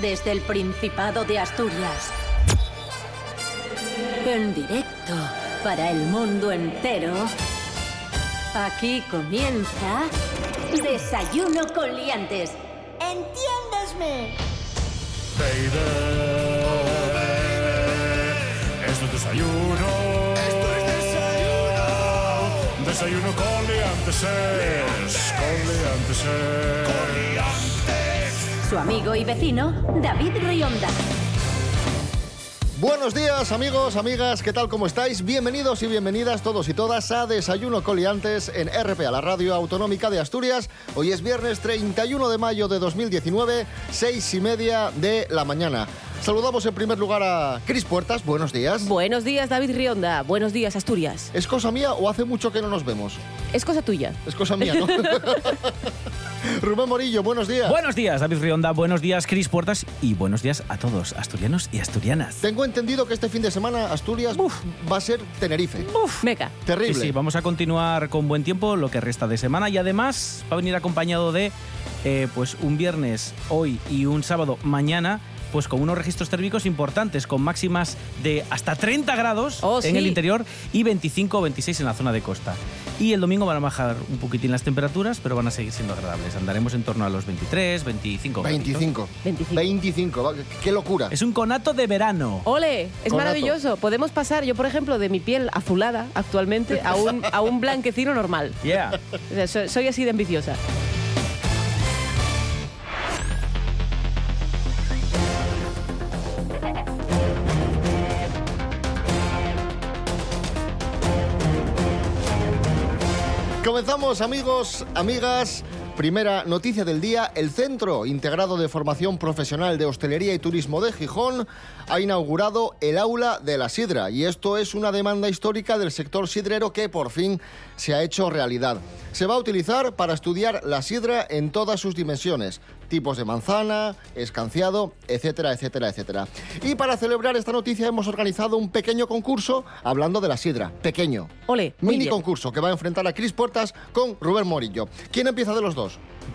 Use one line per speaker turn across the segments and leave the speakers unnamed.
desde el Principado de Asturias. En directo para el mundo entero. Aquí comienza Desayuno con Liantes.
¡Entiéndesme!
Baby, oh, baby, esto es desayuno. Esto es desayuno. Desayuno con liantes. Con liantes.
Su amigo y vecino, David Rionda.
Buenos días amigos, amigas, ¿qué tal? ¿Cómo estáis? Bienvenidos y bienvenidas todos y todas a Desayuno Coliantes en RPA, la radio autonómica de Asturias. Hoy es viernes 31 de mayo de 2019, seis y media de la mañana. Saludamos en primer lugar a Cris Puertas, buenos días.
Buenos días, David Rionda. Buenos días, Asturias.
¿Es cosa mía o hace mucho que no nos vemos?
Es cosa tuya.
Es cosa mía, ¿no? Rubén Morillo, buenos días.
Buenos días, David Rionda. Buenos días, Cris Puertas. Y buenos días a todos, asturianos y asturianas.
Tengo entendido que este fin de semana Asturias va a ser Tenerife.
Uf, meca.
Terrible.
Sí, sí, vamos a continuar con buen tiempo lo que resta de semana. Y además va a venir acompañado de eh, pues un viernes hoy y un sábado mañana. Pues con unos registros térmicos importantes, con máximas de hasta 30 grados
Oh,
en el
sí.
interior y 25 o 26 en la zona de costa. Y el domingo van a bajar un poquitín las temperaturas, pero van a seguir siendo agradables. Andaremos en torno a los 23, 25. graditos.
25.
25.
25, va, qué locura.
Es un conato de verano.
Ole, es
Conato.
maravilloso. Podemos pasar, yo por ejemplo, de mi piel azulada actualmente a un, a un blanquecino normal.
Yeah.
O sea, soy, soy así de ambiciosa.
Comenzamos amigos, amigas. Primera noticia del día, el Centro Integrado de Formación Profesional de Hostelería y Turismo de Gijón ha inaugurado el Aula de la Sidra y esto es una demanda histórica del sector sidrero que por fin se ha hecho realidad. Se va a utilizar para estudiar la sidra en todas sus dimensiones, tipos de manzana, escanciado, etcétera, etcétera, etcétera. Y para celebrar esta noticia hemos organizado un pequeño concurso hablando de la sidra, pequeño,
Ole, muy
Mini
bien.
concurso que va a enfrentar a Cris Puertas con Rubén Morillo. ¿Quién empieza de los dos?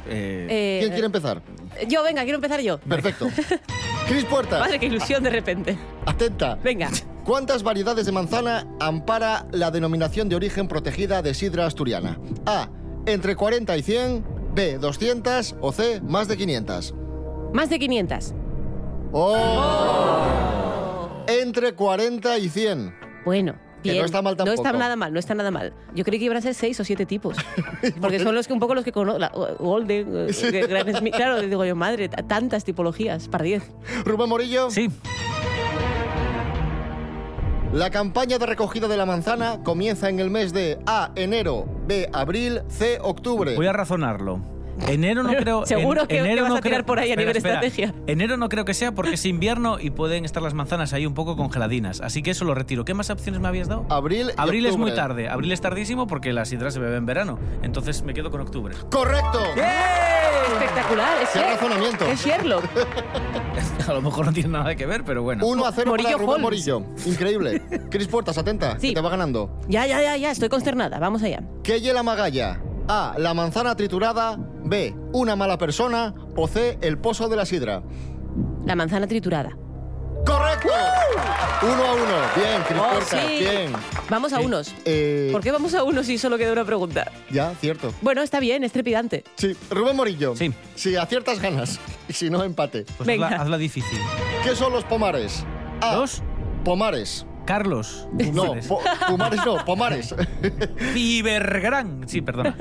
Eh,
Eh,
¿Quién quiere empezar?
Yo, venga, quiero empezar yo.
Perfecto. Cris Puertas,
Madre, qué ilusión de repente.
atenta.
Venga.
¿Cuántas variedades de manzana ampara la denominación de origen protegida de sidra asturiana? A. Entre 40 y 100. B. 200. O C. Más de 500.
Más de 500.
¡Oh! Entre 40 y 100.
Bueno.
Que no
bien.
está mal
No
tampoco.
está nada mal, no está nada mal. Yo creí que iban a ser seis o siete tipos. Porque son los que un poco los que conozco. la- Golden, eh, Gran Smith. Claro, digo yo, madre, t- tantas tipologías para diez.
Rubén Morillo.
sí.
La campaña de recogida de la manzana comienza en el mes de A. Enero. B. Abril. C. Octubre.
Voy a razonarlo. Enero no creo.
Seguro
en-
que- que
enero
vas a
no creo-
tirar por ahí a
Espera,
nivel
espera.
estrategia.
Enero no creo que sea porque es invierno y pueden estar las manzanas ahí un poco congeladinas. Así que eso lo retiro. ¿Qué más opciones me habías dado?
Abril. y
Abril es muy
octubre.
tarde. Abril es tardísimo porque la sidra se bebe en verano. Entonces me quedo con octubre.
Correcto.
Espectacular, es
Qué
Sher-
razonamiento.
Es Sherlock.
A lo mejor no tiene nada que ver, pero bueno.
1 a 0 para
Morillo
Rubén
Holmes.
Morillo. Increíble. Cris Puertas, atenta,
Sí.
que te va ganando.
Ya, ya, ya, ya, estoy consternada. Vamos allá.
¿Qué la magalla? A. La manzana triturada. B. Una mala persona. O C. El pozo de la sidra.
La manzana triturada.
¡Correcto! 1 a 1. Bien, Cris
Oh,
Puertas.
sí.
Bien.
Vamos a unos.
Eh,
¿Por qué vamos a unos si solo queda una pregunta?
Ya, cierto.
Bueno, está bien, es trepidante.
Sí, Rubén Morillo.
Sí.
Si aciertas, ganas. Y si no, empate.
Pues hazla,
Venga.
hazla difícil.
¿Qué son los pomares? A.
Dos.
Pomares.
Carlos.
No,
Púmares.
po- pomares no, pomares.
Cibergrán. Sí, perdona.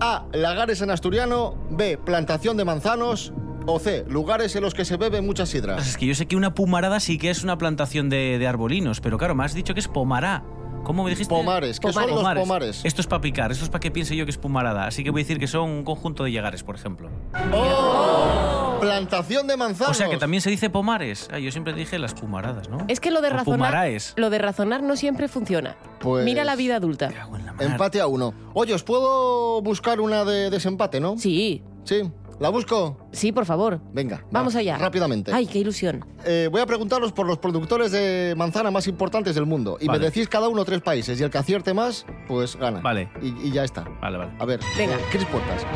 A. Lagares en asturiano. B. Plantación de manzanos. O C. Lugares en los que se bebe mucha sidra.
Pues es que yo sé que una pumarada sí que es una plantación de, de arbolinos, pero claro, me has dicho que es pomará. ¿Cómo me dijiste?
Pomares. ¿Qué son los pomares?
Esto es para picar, esto es para que piense yo que es pumarada. Así que voy a decir que son un conjunto de llegares, por ejemplo.
¡Oh! Plantación de manzanos.
O sea que también se dice pomares. Ah, yo siempre dije las pumaradas, ¿no?
Es que lo de
O
razonar,
pumaraes.
lo de razonar no siempre funciona.
Pues-
Mira la vida adulta.
Me cago en la mar.
Empate a uno. Oye, ¿os puedo buscar una de desempate, no?
Sí,
Sí. ¿La busco?
sí, por favor.
Venga.
Vamos
va,
allá.
Rápidamente.
Ay, qué ilusión.
Eh, voy a preguntaros por los productores de manzana más importantes del mundo. Y
Vale.
me decís cada uno tres países. Y el que acierte más, pues gana.
Vale.
Y, y ya está.
Vale, vale.
A ver,
Venga.
eh, Cris Puertas.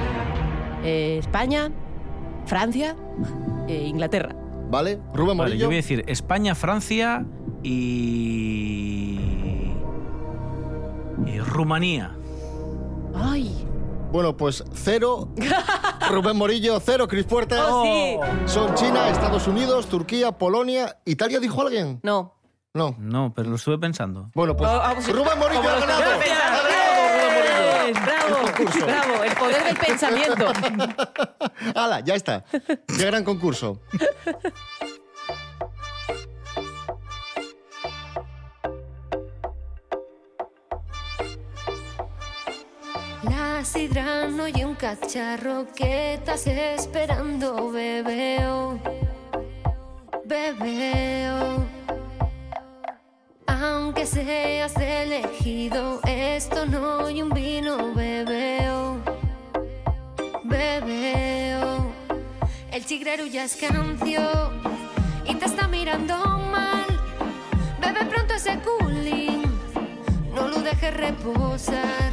Eh, España, Francia, eh, Inglaterra.
¿Vale? Rubén
Vale,
Morillo.
yo voy a decir España, Francia y. y Rumanía.
¡Ay!
Bueno, pues cero. Rubén Morillo, cero. Cris Puertas.
Oh, sí.
Son China, Estados Unidos, Turquía, Polonia. ¿Italia dijo alguien?
No.
No.
No, pero lo estuve pensando.
Bueno, pues
Oh, ah, pues-
Rubén Morillo
Como
ha
los-
ganado. Ha
Gracias.
ganado Rubén Morillo.
Bien, Bravo, bravo, el poder del pensamiento.
¡Hala! Ya está. ¡Qué gran concurso!
La sidra no y un cacharro que estás esperando, bebeo, bebeo. Aunque seas elegido, esto no y un vino, bebeo, bebeo. El chigrero ya es cancio y te está mirando mal. Bebe pronto ese cooling, no lo dejes reposar.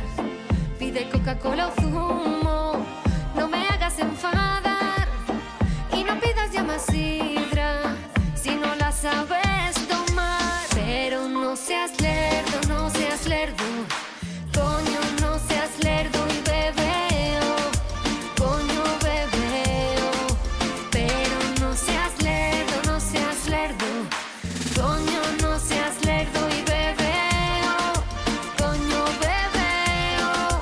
Pide Coca-Cola o zumo, no me hagas enfadar y no pidas ya más sidra si no la sabes tomar. Pero no seas lerdo, no seas lerdo, coño, no seas lerdo y bebeo, coño, bebeo. Pero no seas lerdo, no seas lerdo, coño, no seas lerdo y bebeo, coño, bebeo.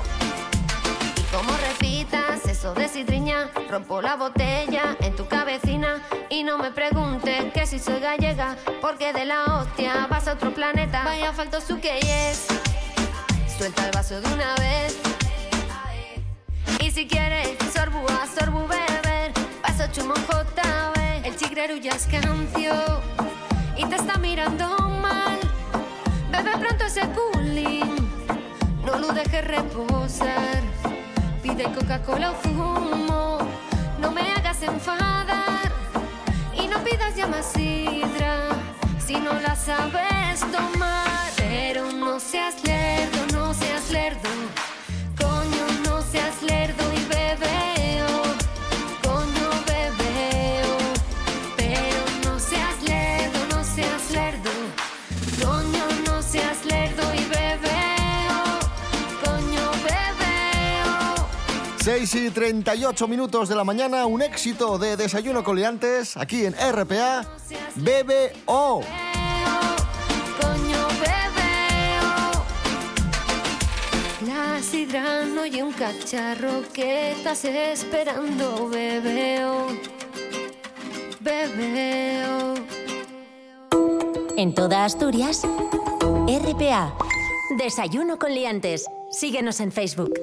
Y como repitas eso de sidriña, rompo la botella en tu cabecina. Y no me preguntes que si soy gallega, porque de la hostia vas a otro planeta. Vaya falto su que es, suelta el vaso de una vez. Y si quieres, sorbu a sorbu beber, paso chumo JB. El chigrero ya es cancio y te está mirando mal. Bebe pronto ese cooling, no lo dejes reposar. Pide Coca-Cola o fumo, no me hagas enfadar. Y no pidas ya más sidra si no la sabes tomar. Pero no seas lerdo, no seas lerdo. Coño, no seas lerdo y bebeo. Coño, bebeo. Pero no seas lerdo, no seas lerdo. Coño, no seas lerdo y bebeo. Coño, bebeo.
6 y 38 minutos de la mañana, un éxito de Desayuno con Liantes, aquí en RPA, BBO.
Coño bebeo La sidra no y un cacharro que estás esperando, oh? bebeo, bebeo.
En toda Asturias, RPA. Desayuno con liantes. Síguenos en Facebook.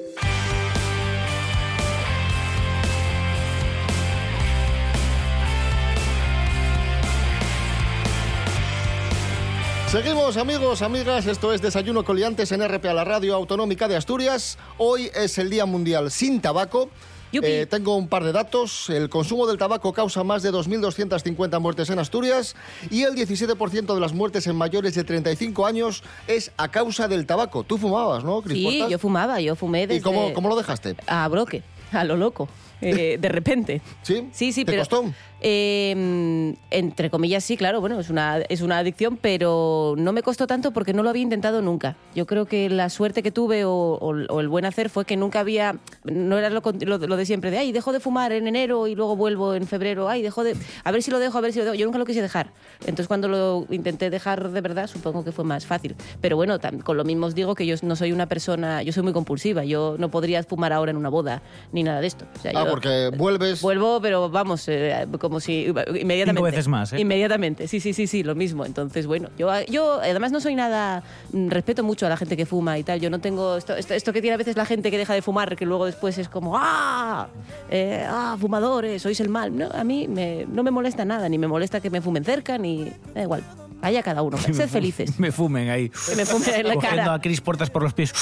Seguimos, amigos, amigas, esto es Desayuno con Liantes en RPA, la radio autonómica de Asturias. Hoy es el Día Mundial sin Tabaco. Eh,
Yupi.
tengo un par de datos. El consumo del tabaco causa más de 2.250 muertes en Asturias y el 17% de las muertes en mayores de 35 años es a causa del tabaco. Tú fumabas, ¿no, Cris
Sí,
Portas?
yo fumaba, yo fumé desde...
¿Y cómo, cómo lo dejaste?
A broque, a lo loco, eh, de repente.
¿Sí?
Sí, sí,
¿Te
pero...
costó?
Eh, entre comillas, sí, claro, bueno, es una, es una adicción, pero no me costó tanto porque no lo había intentado nunca. Yo creo que la suerte que tuve o, o- o el buen hacer fue que nunca había, no era lo, con- lo- lo de siempre, de, ay, dejo de fumar en enero y luego vuelvo en febrero, ay, dejo de, a ver si lo dejo, a ver si lo dejo. Yo nunca lo quise dejar. Entonces cuando lo intenté dejar de verdad, supongo que fue más fácil. Pero bueno, tam- con lo mismo os digo que yo no soy una persona, yo soy muy compulsiva, yo no podría fumar ahora en una boda ni nada de esto. O sea,
Ah,
yo-
porque vuelves...
Vuelvo, pero vamos, eh, como si inmediatamente.
Cinco veces más, ¿eh?
Inmediatamente, sí, sí, sí, sí, lo mismo. Entonces, bueno, yo, yo además no soy nada, mm, respeto mucho a la gente que fuma y tal. Yo no tengo esto, esto, esto que tiene a veces la gente que deja de fumar, que luego después es como, ah, Eh, ah, fumadores, sois el mal. No, a mí me- no me molesta nada, ni me molesta que me fumen cerca, ni da igual. Allá cada uno, sed felices.
Me fumen ahí.
Que me fumen en la
Cogiendo
cara.
a Cris Puertas por los pies.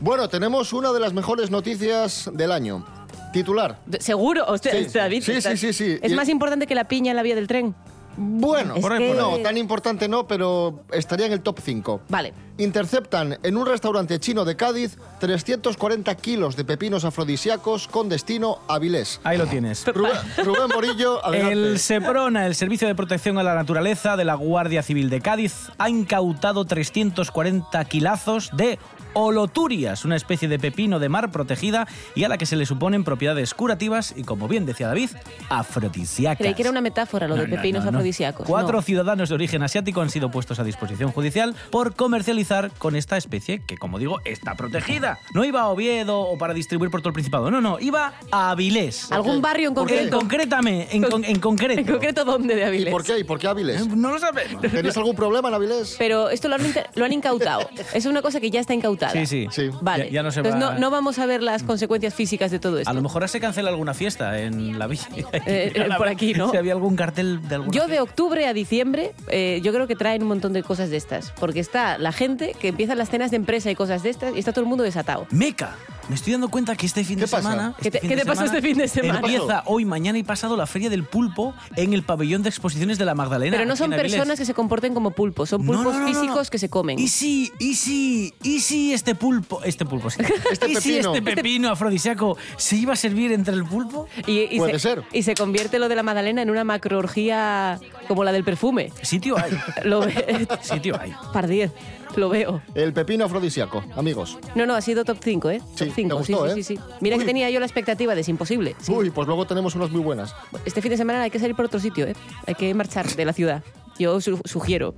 Bueno, tenemos una de las mejores noticias del año. Titular.
Seguro, o sea,
Sí,
David,
sí, sí, sí, sí.
Es
Y-
más importante que la piña en la vía del tren.
Bueno,
Es
por ahí,
que-
por ahí. no, tan importante no, pero estaría en el top 5.
Vale.
Interceptan en un restaurante chino de Cádiz 340 kilos de pepinos afrodisíacos con destino a Avilés.
Ahí lo tienes.
Rubén, Rubén Morillo, adelante.
El SEPRONA, el Servicio de Protección a la Naturaleza de la Guardia Civil de Cádiz, ha incautado 340 kilazos de oloturias, una especie de pepino de mar protegida y a la que se le suponen propiedades curativas y, como bien decía David, afrodisíacas.
Creí que era una metáfora lo de
No, no,
pepinos
no, no.
afrodisíacos.
Cuatro
No.
ciudadanos de origen asiático han sido puestos a disposición judicial por comercializar con esta especie que, como digo, está protegida. No iba a Oviedo o para distribuir por todo el Principado. No, no, iba a Avilés.
¿Algún barrio en
¿Por qué?
En
concreto?
concrétame, en, con- en concreto. Eh,
¿En concreto dónde de Avilés?
¿Por qué? ¿Y por qué Avilés?
No lo sabemos.
¿Tenéis algún problema en Avilés?
Pero esto lo han, inter- lo han incautado. es una cosa que ya está incautada.
Sí, sí.
Sí.
Vale.
Ya, ya no se
Entonces
va-
no, no vamos a ver las consecuencias físicas de todo esto.
A lo mejor se cancela alguna fiesta en la villa.
Eh, eh, por aquí, ¿no?
Si había algún cartel de alguna
Yo de octubre a diciembre, eh, yo creo que traen un montón de cosas de estas. Porque está la gente que empieza las cenas de empresa y cosas de estas y está todo el mundo desatado.
Meca. Me estoy dando cuenta que este fin
¿Qué
de
pasa?
semana.
¿Qué te-
este fin
qué
de
te pasó
semana
este fin de semana?
Empieza hoy, mañana y pasado la Feria del Pulpo en el pabellón de exposiciones de la Magdalena.
Pero no
aquí
son
en Avilés.
personas que se comporten como pulpos, son
No, no,
pulpos
no, no, no.
físicos que se comen.
¿Y si, y si, y si este pulpo. Este pulpo, sí.
Este
¿Y si
pepino.
este pepino afrodisíaco se iba a servir entre el pulpo?
Y, y
Puede
se,
ser.
Y se convierte lo de la Madalena en una macroorgía como la del perfume.
Sitio hay.
Lo ve- Oh.
Sitio hay.
Par 10, lo veo.
El pepino afrodisíaco, amigos.
No, no, ha sido top 5, ¿eh?
Sí,
top 5,
te
sí,
gustó,
sí,
¿eh?
sí, sí. Mira
Uy.
que tenía yo la expectativa de es imposible. sí.
Uy, pues luego tenemos unas muy buenas.
Este fin de semana hay que salir por otro sitio, ¿eh? Hay que marchar de la ciudad. Yo su- sugiero.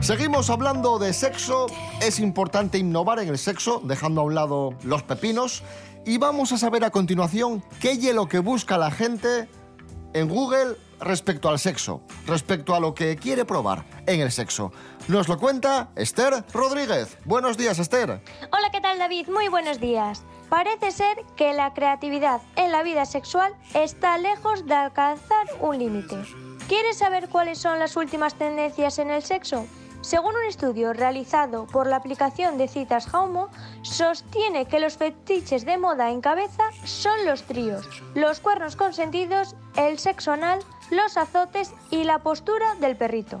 Seguimos hablando de sexo. Es importante innovar en el sexo, dejando a un lado los pepinos. Y vamos a saber a continuación qué es lo que busca la gente en Google respecto al sexo, respecto a lo que quiere probar en el sexo. Nos lo cuenta Esther Rodríguez. Buenos días, Esther.
Hola, ¿qué tal David? Muy buenos días. Parece ser que la creatividad en la vida sexual está lejos de alcanzar un límite. ¿Quieres saber cuáles son las últimas tendencias en el sexo? Según un estudio realizado por la aplicación de citas Jaumo, sostiene que los fetiches de moda en cabeza son los tríos, los cuernos consentidos, el sexo anal, los azotes y la postura del perrito.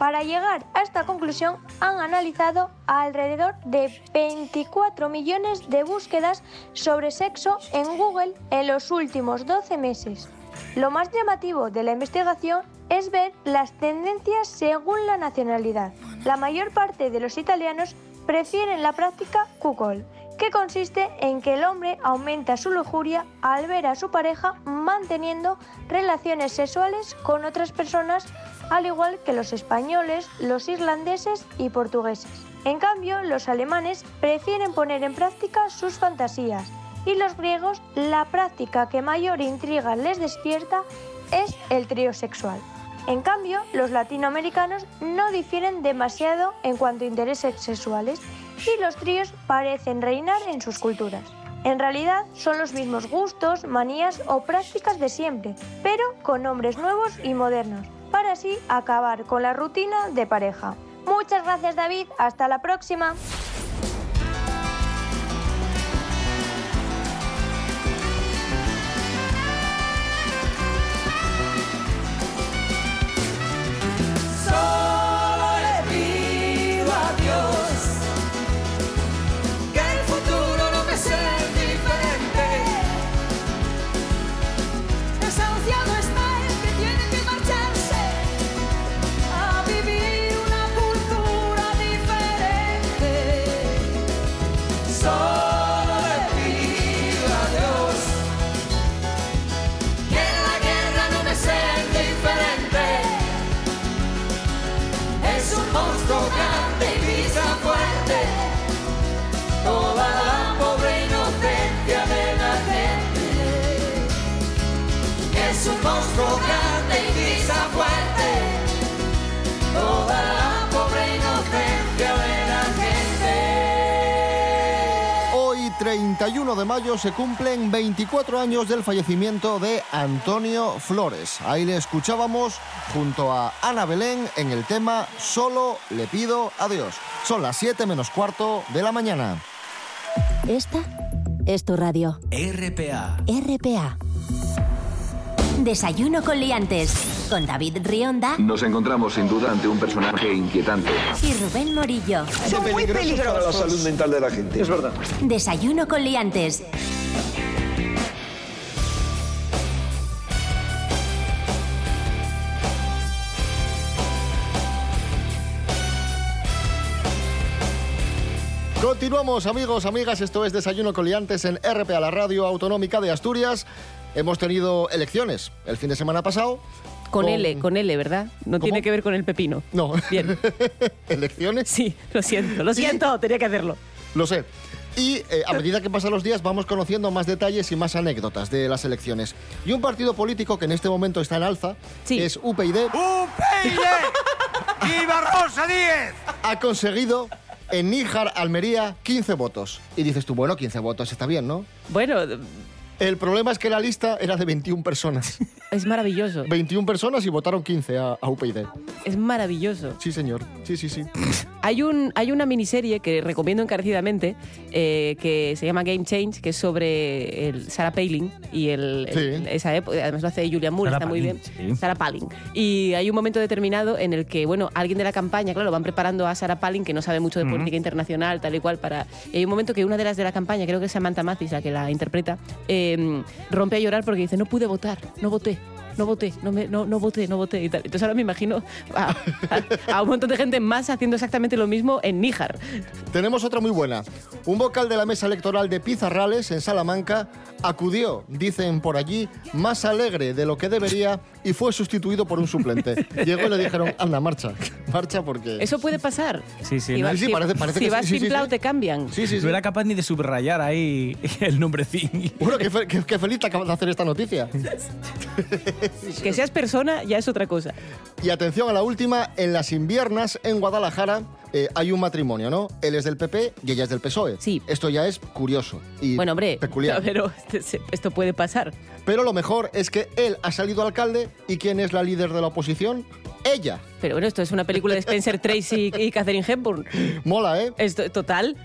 Para llegar a esta conclusión han analizado alrededor de 24 millones de búsquedas sobre sexo en Google en los últimos 12 meses. Lo más llamativo de la investigación es ver las tendencias según la nacionalidad. La mayor parte de los italianos prefieren la práctica cuckold, que consiste en que el hombre aumenta su lujuria al ver a su pareja manteniendo relaciones sexuales con otras personas, al igual que los españoles, los irlandeses y portugueses. En cambio, los alemanes prefieren poner en práctica sus fantasías y los griegos la práctica que mayor intriga les despierta es el trío sexual. En cambio, los latinoamericanos no difieren demasiado en cuanto a intereses sexuales y los tríos parecen reinar en sus culturas. En realidad son los mismos gustos, manías o prácticas de siempre, pero con nombres nuevos y modernos, para así acabar con la rutina de pareja. Muchas gracias David, hasta la próxima.
Solo le pido a Dios que el futuro no me sea indiferente. Desahuciado está el que tiene que marcharse a vivir una cultura diferente. Solo le pido a Dios que la guerra no me sea indiferente. Es un monstruo grande y pisa fuerte Toda la pobre inocencia de la gente Es un monstruo grande y pisa fuerte Toda la pobre inocencia de la gente
Hoy, 31 de mayo, se cumplen 24 años del fallecimiento de Antonio Flores. Ahí le escuchábamos junto a Ana Belén en el tema Solo le pido adiós. Son las 7 menos cuarto de la mañana.
Esta es tu radio.
RPA.
RPA. Desayuno con liantes. Con David Rionda
Nos encontramos sin duda ante un personaje inquietante.
y Rubén Morillo.
Son muy peligrosos. Para la salud mental de la gente. Es verdad.
Desayuno con liantes.
Continuamos, amigos, amigas. Esto es Desayuno Coliantes en RPA, la radio autonómica de Asturias. Hemos tenido elecciones el fin de semana pasado.
Con
Oh.
L, con L, ¿verdad? No tiene que ver con el pepino.
No,
Bien,
elecciones,
sí, lo siento, lo siento, tenía que hacerlo.
lo sé. Y eh, a medida que pasan los días vamos conociendo más detalles y más anécdotas de las elecciones. Y un partido político que en este momento está en alza,
Sí.
que es UPyD,
¡Y Barrosa 10!
ha conseguido en Níjar, Almería, 15 votos. Y dices tú, bueno, 15 votos está bien, ¿no?
Bueno,
El problema es que la lista era de 21 personas.
es maravilloso,
21 personas y votaron 15 a, a UPyD.
es maravilloso.
Sí, señor. Sí, sí, sí.
Hay, un, hay una miniserie que recomiendo encarecidamente eh, que se llama Game Change, que es sobre el Sarah Palin y el,
Sí.
el- esa época. Además lo hace Julia Moore,
Sarah
está muy
Palin,
bien.
sí.
Sarah Palin. Y hay un momento determinado en el que, bueno, alguien de la campaña, claro, van preparando a Sarah Palin, que no sabe mucho de política internacional, tal y cual, para. Y hay un momento que una de las de la campaña, creo que es Samantha Mathis, la que la interpreta, eh, rompe a llorar porque dice: No pude votar, no voté. No voté, no, me, no, no voté, no voté y tal. Entonces ahora me imagino a, a- a un montón de gente más haciendo exactamente lo mismo en Níjar.
Tenemos otra muy buena. Un vocal de la mesa electoral de Pizarrales, en Salamanca, acudió, dicen por allí, más alegre de lo que debería y fue sustituido por un suplente. Llegó y le dijeron, anda, marcha. Marcha pues porque...
Eso puede pasar.
Sí, sí,
Si
¿no?
vas-
Sí, sí,
si-
parece- parece
si
que
vas
sí, sí, sí,
pimplao,
sí.
te cambian.
Sí, sí, sí.
No era capaz ni de subrayar ahí el nombrecín.
Bueno, qué, fe- qué- qué feliz te acabas de hacer esta noticia.
Que seas persona ya es otra cosa.
Y atención a la última, en las inviernas, en Guadalajara, eh, hay un matrimonio, ¿no? Él es del PP y ella es del PSOE.
Sí.
E. Esto ya es curioso y
Bueno, hombre,
peculiar.
pero este- se- esto puede pasar.
Pero lo mejor es que él ha salido alcalde y ¿quién es la líder de la oposición? Ella.
Pero bueno, esto es una película de Spencer Tracy y Catherine Hepburn.
Mola, ¿eh?
Esto, total.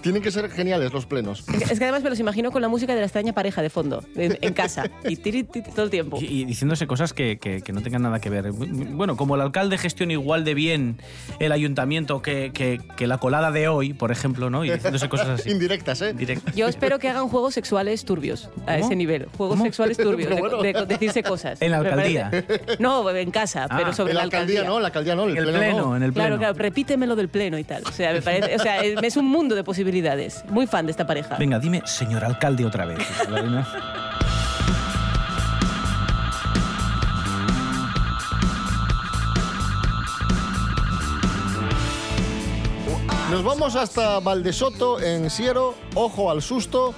Tienen que ser geniales los plenos.
Es que además me los imagino con la música de la extraña pareja de fondo, en, en casa. Y tiri, tiri, todo el tiempo.
Y, y diciéndose cosas que, que- que no tengan nada que ver. Bueno, como el alcalde gestiona igual de bien el ayuntamiento que, que- que la colada de hoy, por ejemplo, ¿no? Y diciéndose cosas así.
Indirectas, ¿eh?
Directo.
Yo espero que hagan juegos sexuales turbios a
¿Cómo?
ese nivel. Juegos
¿Cómo?
sexuales turbios, de,
Pero bueno.
de- de decirse cosas.
En la
Me parece.
alcaldía.
No, en casa,
Ah.
pero sobre
En la alcaldía no, en la alcaldía no, en
En
el,
el
pleno,
pleno,
no.
en el pleno.
Claro, claro, repíteme lo del pleno y tal. O sea, me parece, o sea, es es un mundo de posibilidades. Muy fan de esta pareja.
Venga, dime, señor alcalde, otra vez.
Nos vamos hasta Valdesoto, en Siero, ojo al susto.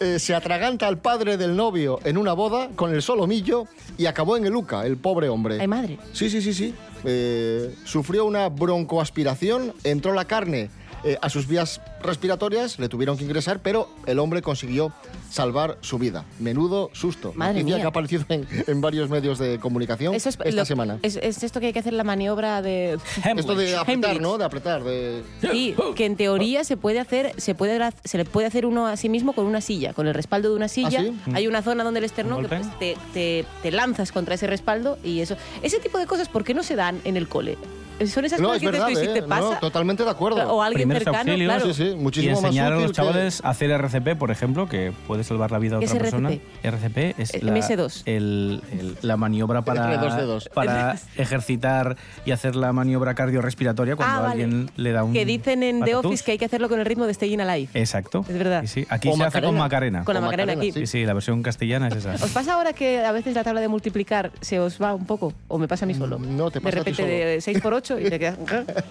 Eh, se atraganta al padre del novio en una boda con el solomillo y acabó en el UCA, el pobre hombre.
Ay, madre.
Sí, sí, sí, sí. Eh, sufrió una broncoaspiración, entró la carne eh, a sus vías respiratorias, le tuvieron que ingresar, pero el hombre consiguió salvar su vida. Menudo susto.
Madre
Noticia
mía.
que ha aparecido en, en varios medios de comunicación
Eso es
esta
lo-
semana.
Es, es esto que hay que hacer la maniobra de.
Esto de apretar,
Heimlich.
¿no? De apretar, de...
Sí, que en teoría se puede hacer, se puede gra- se le puede hacer uno a sí mismo con una silla, con el respaldo de una silla.
¿Ah, sí?
Hay una zona donde el esternón
¿Un
que
golpe?
pues, te, te- te lanzas contra ese respaldo y eso. Ese tipo de cosas, ¿por qué no se dan en el cole? Eh, Son esas
No,
cosas
es
que dices tú,
verdad,
y si
¿eh?
te pasa.
No, totalmente de acuerdo.
o alguien
Primeros
cercano,
auxilios.
claro.
Sí, sí,
Y
muchísimo más
enseñar a
útil
los
que-
chavales a hacer RCP, por ejemplo, que puede salvar la vida a
¿Qué
otra
es
persona.
RCP?
RCP es
Eh,
la,
MS2.
el- el- la maniobra para,
Entre dos dedos.
para ejercitar y hacer la maniobra cardiorrespiratoria cuando
Ah, vale.
alguien le da un.
Que dicen en The
patatús.
Office que hay que hacerlo con el ritmo de Staying Alive.
Exacto.
Es verdad.
Sí, sí. Aquí
O
se hace con
Macarena.
Macarena.
con la
o
Macarena,
Macarena,
aquí.
sí.
Sí, sí, la versión castellana es esa.
¿Os pasa ahora que a veces la tabla de multiplicar se os va un poco? ¿O me pasa a mí solo?
No, te pasa
De
a ti
repente de 6 por 8 y te quedas...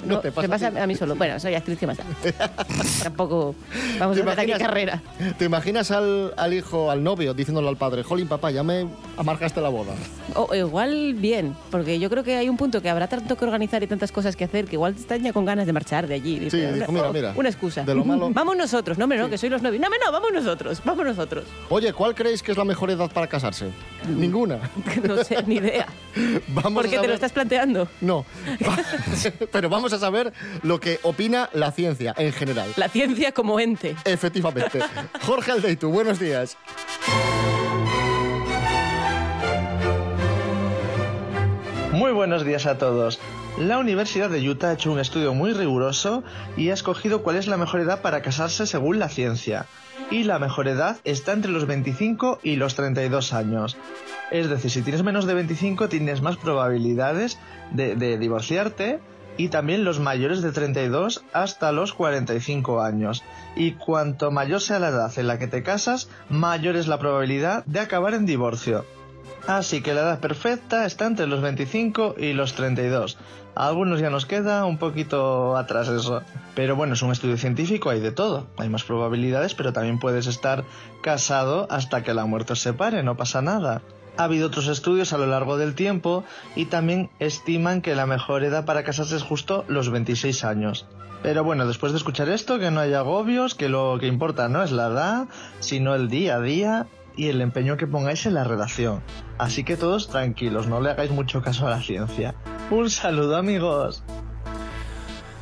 No, te pasa
me
a
pasa
ti.
a mí solo. Bueno, soy actriz que más da. Tampoco vamos
¿Te
a hacer aquí
imaginas-
carrera.
¿Te imaginas al, al hijo, al novio, diciéndole al padre, jolín, papá, ya me amargaste la boda.
O, o igual bien, porque yo creo que hay un punto que habrá tanto que organizar y tantas cosas que hacer que igual están ya con ganas de marchar de allí. Dice,
dijo,
"Ahora,
mira,
oh,
mira,
Una excusa.
de lo malo".
Vamos nosotros, no, hombre, no, que soy los novios. No, hombre, no, vamos nosotros, vamos nosotros.
Oye, ¿cuál creéis que es la mejor edad para casarse? Ninguna.
Mm. No sé, ni idea.
Vamos
porque te
a ver-
lo estás planteando.
No. Pero vamos a saber lo que opina la ciencia en general.
La ciencia como ente.
Efectivamente. Jorge Aldeitu, buenos días.
Muy buenos días a todos. La Universidad de Utah ha hecho un estudio muy riguroso y ha escogido cuál es la mejor edad para casarse según la ciencia. Y la mejor edad está entre los 25 y los 32 años. Es decir, si tienes menos de 25 tienes más probabilidades de, de divorciarte y también los mayores de 32 hasta los 45 años. Y cuanto mayor sea la edad en la que te casas, mayor es la probabilidad de acabar en divorcio. Así que la edad perfecta está entre los 25 y los 32. A algunos ya nos queda un poquito atrás eso. Pero bueno, es un estudio científico, hay de todo. Hay más probabilidades, pero también puedes estar casado hasta que la muerte os separe, no pasa nada. Ha habido otros estudios a lo largo del tiempo y también estiman que la mejor edad para casarse es justo los 26 años. Pero bueno, después de escuchar esto, que no hay agobios, que lo que importa no es la edad, sino el día a día y el empeño que pongáis en la relación. Así que todos tranquilos, no le hagáis mucho caso a la ciencia. Un saludo amigos.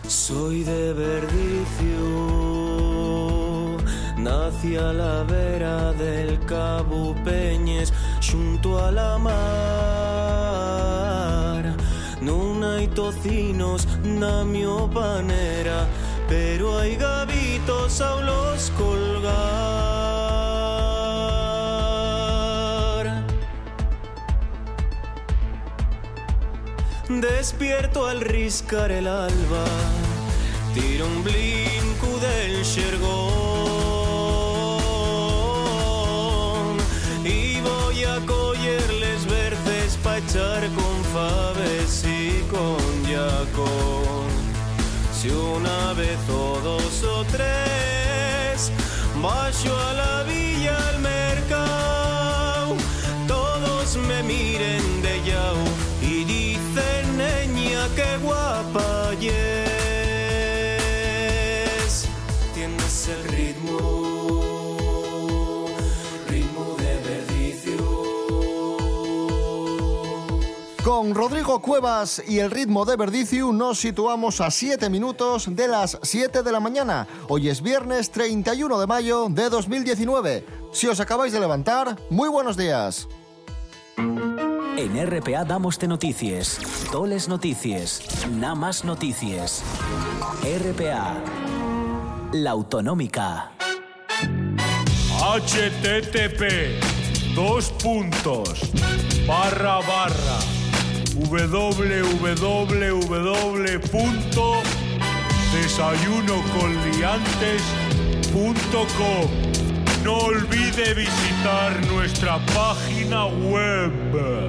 Soy de Verdicio, nací a la vera del Cabo Peñes, junto a la mar. No hay tocinos na mio panera, pero hay gavitos a los colgar. Despierto al riscar el alba, tiro un blinco del xergón y voy a collerles verdes pa' echar con faves y con yacón. Si una vez o dos o tres Bajo a la villa al mercado Todos me miren de yao Y dicen, niña, qué guapa yes Tienes el ritmo Ritmo de verdicio
Con Rodrigo Cuevas y el ritmo de Verdiciu nos situamos a 7 minutos de las 7 de la mañana. Hoy es viernes 31 de mayo de 2019. Si os acabáis de levantar, muy buenos días.
En RPA damoste noticias, toles noticias, nada más noticias. RPA, la autonómica.
HTTP, dos puntos, barra barra, www.desayunoconliantes.com. No olvide visitar nuestra página web.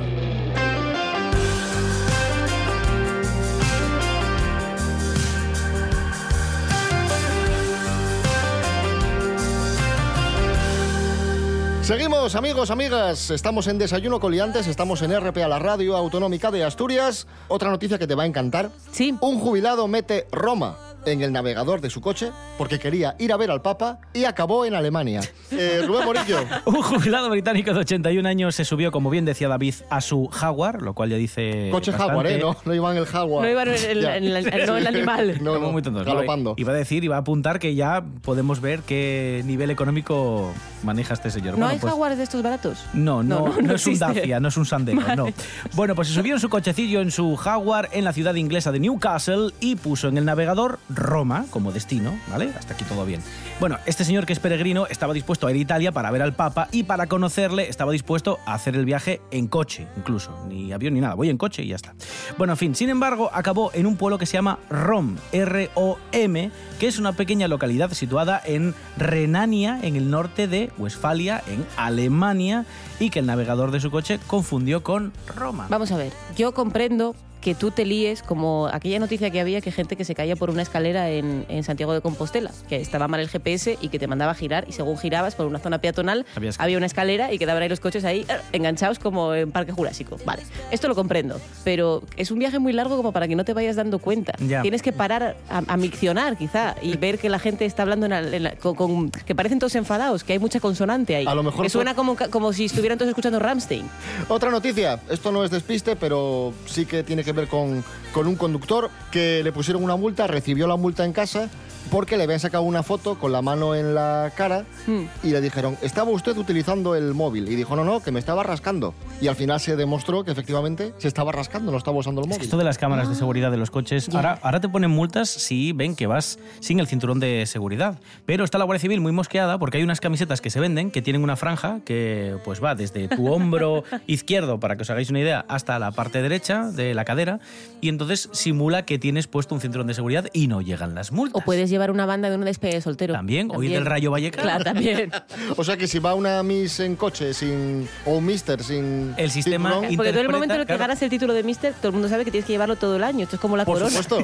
Seguimos, amigos, amigas. Estamos en Desayuno Coliantes, estamos en RPA, la radio autonómica de Asturias. Otra noticia que te va a encantar.
Sí.
Un jubilado mete Roma en el navegador de su coche porque quería ir a ver al Papa y acabó en Alemania. Eh, Rubén Morillo.
Un jubilado británico de 81 años se subió, como bien decía David, a su Jaguar, lo cual ya dice.
Coche
bastante.
Jaguar, ¿eh? No, no iban el Jaguar.
No iba el, el-
Ya.
el- no el animal.
No,
Estamos
no,
muy tontos. ¿no?
galopando.
Iba a decir, iba a apuntar que ya podemos ver qué nivel económico maneja este señor.
¿No
Bueno,
hay
pues-
jaguares de estos baratos?
No, no, no, es un
existe.
Dacia, no es un Sandero, no. Bueno, pues se subió en su cochecillo, en su Jaguar, en la ciudad inglesa de Newcastle y puso en el navegador Roma como destino, ¿vale? Hasta aquí todo bien. Bueno, este señor que es peregrino estaba dispuesto a ir a Italia para ver al Papa y para conocerle estaba dispuesto a hacer el viaje en coche, incluso. Ni avión ni nada, voy en coche y ya está. Bueno, en fin, sin embargo, acabó en un pueblo que se llama Rom, R-O-M, que es una pequeña localidad situada en Renania, en el norte de Westfalia, en Alemania, y que el navegador de su coche confundió con Roma.
Vamos a ver, yo comprendo que tú te líes, como aquella noticia que había que gente que se caía por una escalera en, en Santiago de Compostela, que estaba mal el GPS y que te mandaba a girar y según girabas por una zona peatonal
Había escalera.
había una escalera y quedaban ahí los coches ahí ¡ar! enganchados como en Parque Jurásico. Vale, esto lo comprendo, pero es un viaje muy largo como para que no te vayas dando cuenta.
Ya.
Tienes que parar a, a miccionar quizá y ver que la gente está hablando en la- en la- con, con- que parecen todos enfadados, que hay mucha consonante ahí.
A lo mejor
que suena
fue-
como, ca- como si estuvieran todos escuchando Ramstein.
Otra noticia, esto no es despiste, pero sí que tiene que ver con, con un conductor que le pusieron una multa, recibió la multa en casa porque le habían sacado una foto con la mano en la cara
Hmm.
y le dijeron, ¿estaba usted utilizando el móvil? Y dijo, no, no, que me estaba rascando. Y al final se demostró que efectivamente se estaba rascando, no estaba usando el
Es que
móvil.
esto de las cámaras de seguridad de los coches, ahora, ahora te ponen multas si ven que vas sin el cinturón de seguridad. Pero está la Guardia Civil muy mosqueada porque hay unas camisetas que se venden que tienen una franja que pues va desde tu hombro izquierdo, para que os hagáis una idea, hasta la parte derecha de la cadera. Y entonces simula que tienes puesto un cinturón de seguridad y no llegan las multas.
O puedes llevar una banda de una despegue de soltero.
También, o ir del Rayo Vallecano.
Claro, también.
O sea que si va una Miss en coche sin, o un Mister sin...
El sistema
cinturón,
in-
Porque tú en el momento en el que
Interpreta,
ganas el título de Mister, todo el mundo sabe que tienes que llevarlo todo el año. Esto es como la
por
corona.
supuesto.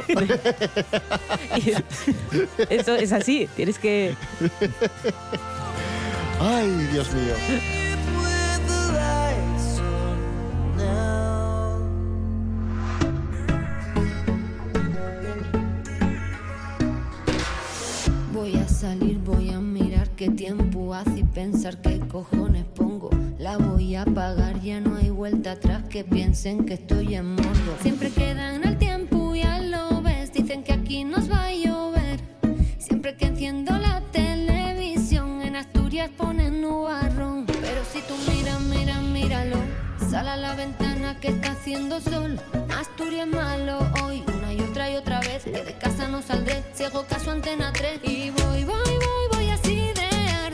Esto es así. Tienes que.
Ay, Dios mío.
Voy a salir, voy a mirar qué tiempo hace y pensar qué cojones pongo. La voy a pagar, ya no hay vuelta atrás, que piensen que estoy en modo. Siempre quedan al tiempo, ya lo ves, dicen que aquí nos va a llover. Siempre que enciendo la televisión, en Asturias ponen nubarrón. Pero si tú miras, mira, míralo, sal a la ventana que está haciendo sol. Asturias malo hoy, una y otra y otra vez, que de casa no saldré, si hago caso a antena 3. Y voy, voy, voy, voy así de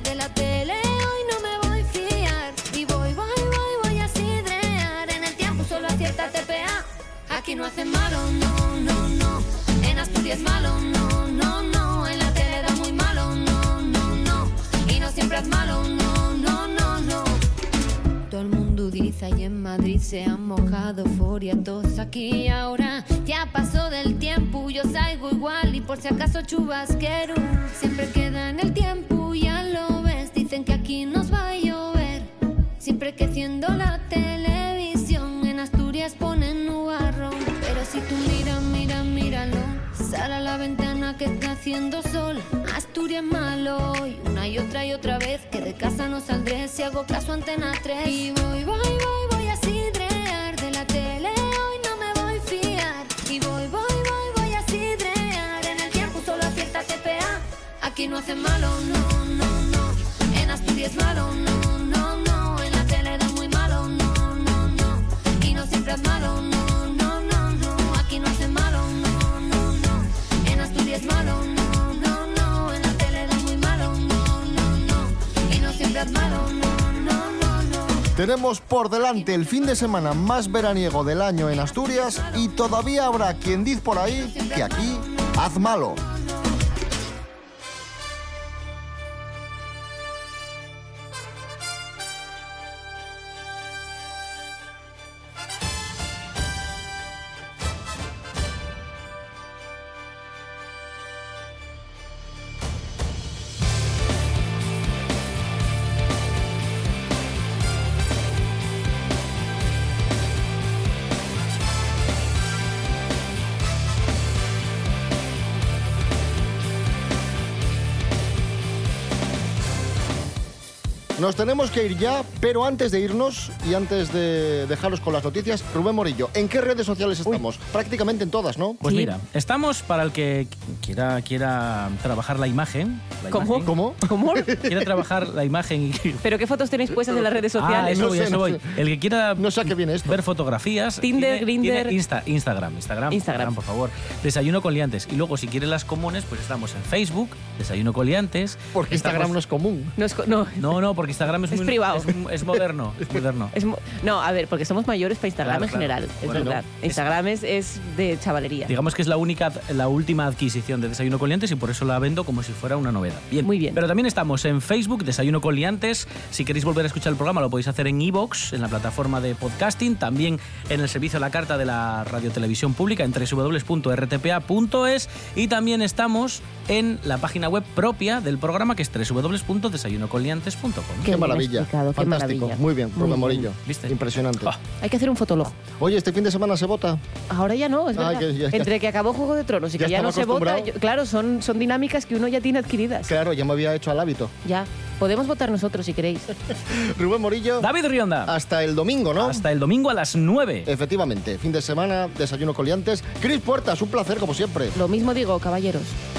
de la tele, hoy no me voy a fiar. Y voy, voy, voy, voy así de en el tiempo solo acierta TPA. Aquí no hacen malo, no, no, no. En Asturias malo, no, no, no. En la tele da muy malo, no, no, no. Y no siempre es malo, no, no, no, no. Todo el mundo dice y en Madrid se han mojado euforia todos aquí y ahora ya pasó del tiempo yo salgo igual y por si acaso chubasquero siempre queda en el tiempo ya lo ves dicen que aquí nos va a llover siempre que enciendo la televisión en Asturias ponen nubarrón pero si tú miras mira míralo sal a la ventana que está haciendo sol Asturias malo hoy una y otra y otra vez que de casa no saldré si hago caso a Antena 3 y voy, voy, voy, voy a sidrear de la tele hoy no me voy a fiar y voy, voy, voy, voy a sidrear en el tiempo solo acierta TPA aquí no hace malo, no, no, no en Asturias malo, no, no, no en la tele da muy malo, no, no, no y no siempre es malo, no, no, no, no aquí no hace malo, no, no, no en Asturias malo, no, no, no en la tele da muy malo, no, no, no y no siempre es malo, no, no, no, no
Tenemos por delante el fin de semana más veraniego del año en Asturias y todavía habrá quien diz por ahí que aquí haz malo. Nos tenemos que ir ya, pero antes de irnos y antes de dejaros con las noticias, Rubén Morillo, ¿en qué redes sociales estamos? Prácticamente en todas, ¿no?
Pues
Sí.
mira, estamos para el que quiera, quiera trabajar la imagen. la
¿Cómo?
imagen.
¿Cómo?
¿Cómo?
Quiera trabajar la imagen y
¿Pero qué fotos tenéis puestas en las redes sociales?
Ah, eso
No
voy,
sé,
eso
no
voy.
sé.
El que quiera
No sé a qué viene esto.
ver fotografías.
Tinder,
tiene-
Grindr.
tiene Insta- Instagram, Instagram,
Instagram.
por favor. Desayuno con liantes. Y luego, si quiere las comunes, pues estamos en Facebook, Desayuno con liantes.
Porque Instagram no
Estamos-
es común.
No, es co- no.
No, no, porque porque Instagram es,
Es
muy-
privado.
Es, es moderno. es moderno.
Es mo- no, a ver, porque somos mayores para Instagram
Claro,
en
claro.
general, es
Bueno,
verdad.
es-
Instagram es, es de chavalería.
Digamos que es la única, la última adquisición de Desayuno con Liantes y por eso la vendo como si fuera una novedad. Bien.
Muy bien.
Pero también estamos en Facebook, Desayuno con Liantes. Si queréis volver a escuchar el programa, lo podéis hacer en iVoox, en la plataforma de podcasting, también en el servicio a la carta de la radiotelevisión pública en www.rtpa.es y también estamos en la página web propia del programa que es www.desayunoconliantes.com.
Qué,
bien
maravilla.
explicado, qué
Fantástico.
maravilla.
Muy bien,
Muy
Rubén
bien.
Morillo.
¿Viste?
Impresionante.
Ah.
Hay que hacer un fotolog.
Oye, este fin de semana se vota.
Ahora ya no, es
Ah,
verdad.
que ya- ya-
Entre que acabó Juego de Tronos y
Ya
que ya no
estaba
se vota,
acostumbrado.
yo- claro, son, son dinámicas que uno ya tiene adquiridas.
Claro, ya me había hecho al hábito.
Ya. Podemos votar nosotros si queréis.
Rubén Morillo,
David Rionda.
hasta el domingo, ¿no?
Hasta el domingo a las 9.
Efectivamente, fin de semana, desayuno coliantes. Cris Puertas, un placer como siempre.
Lo mismo digo, caballeros.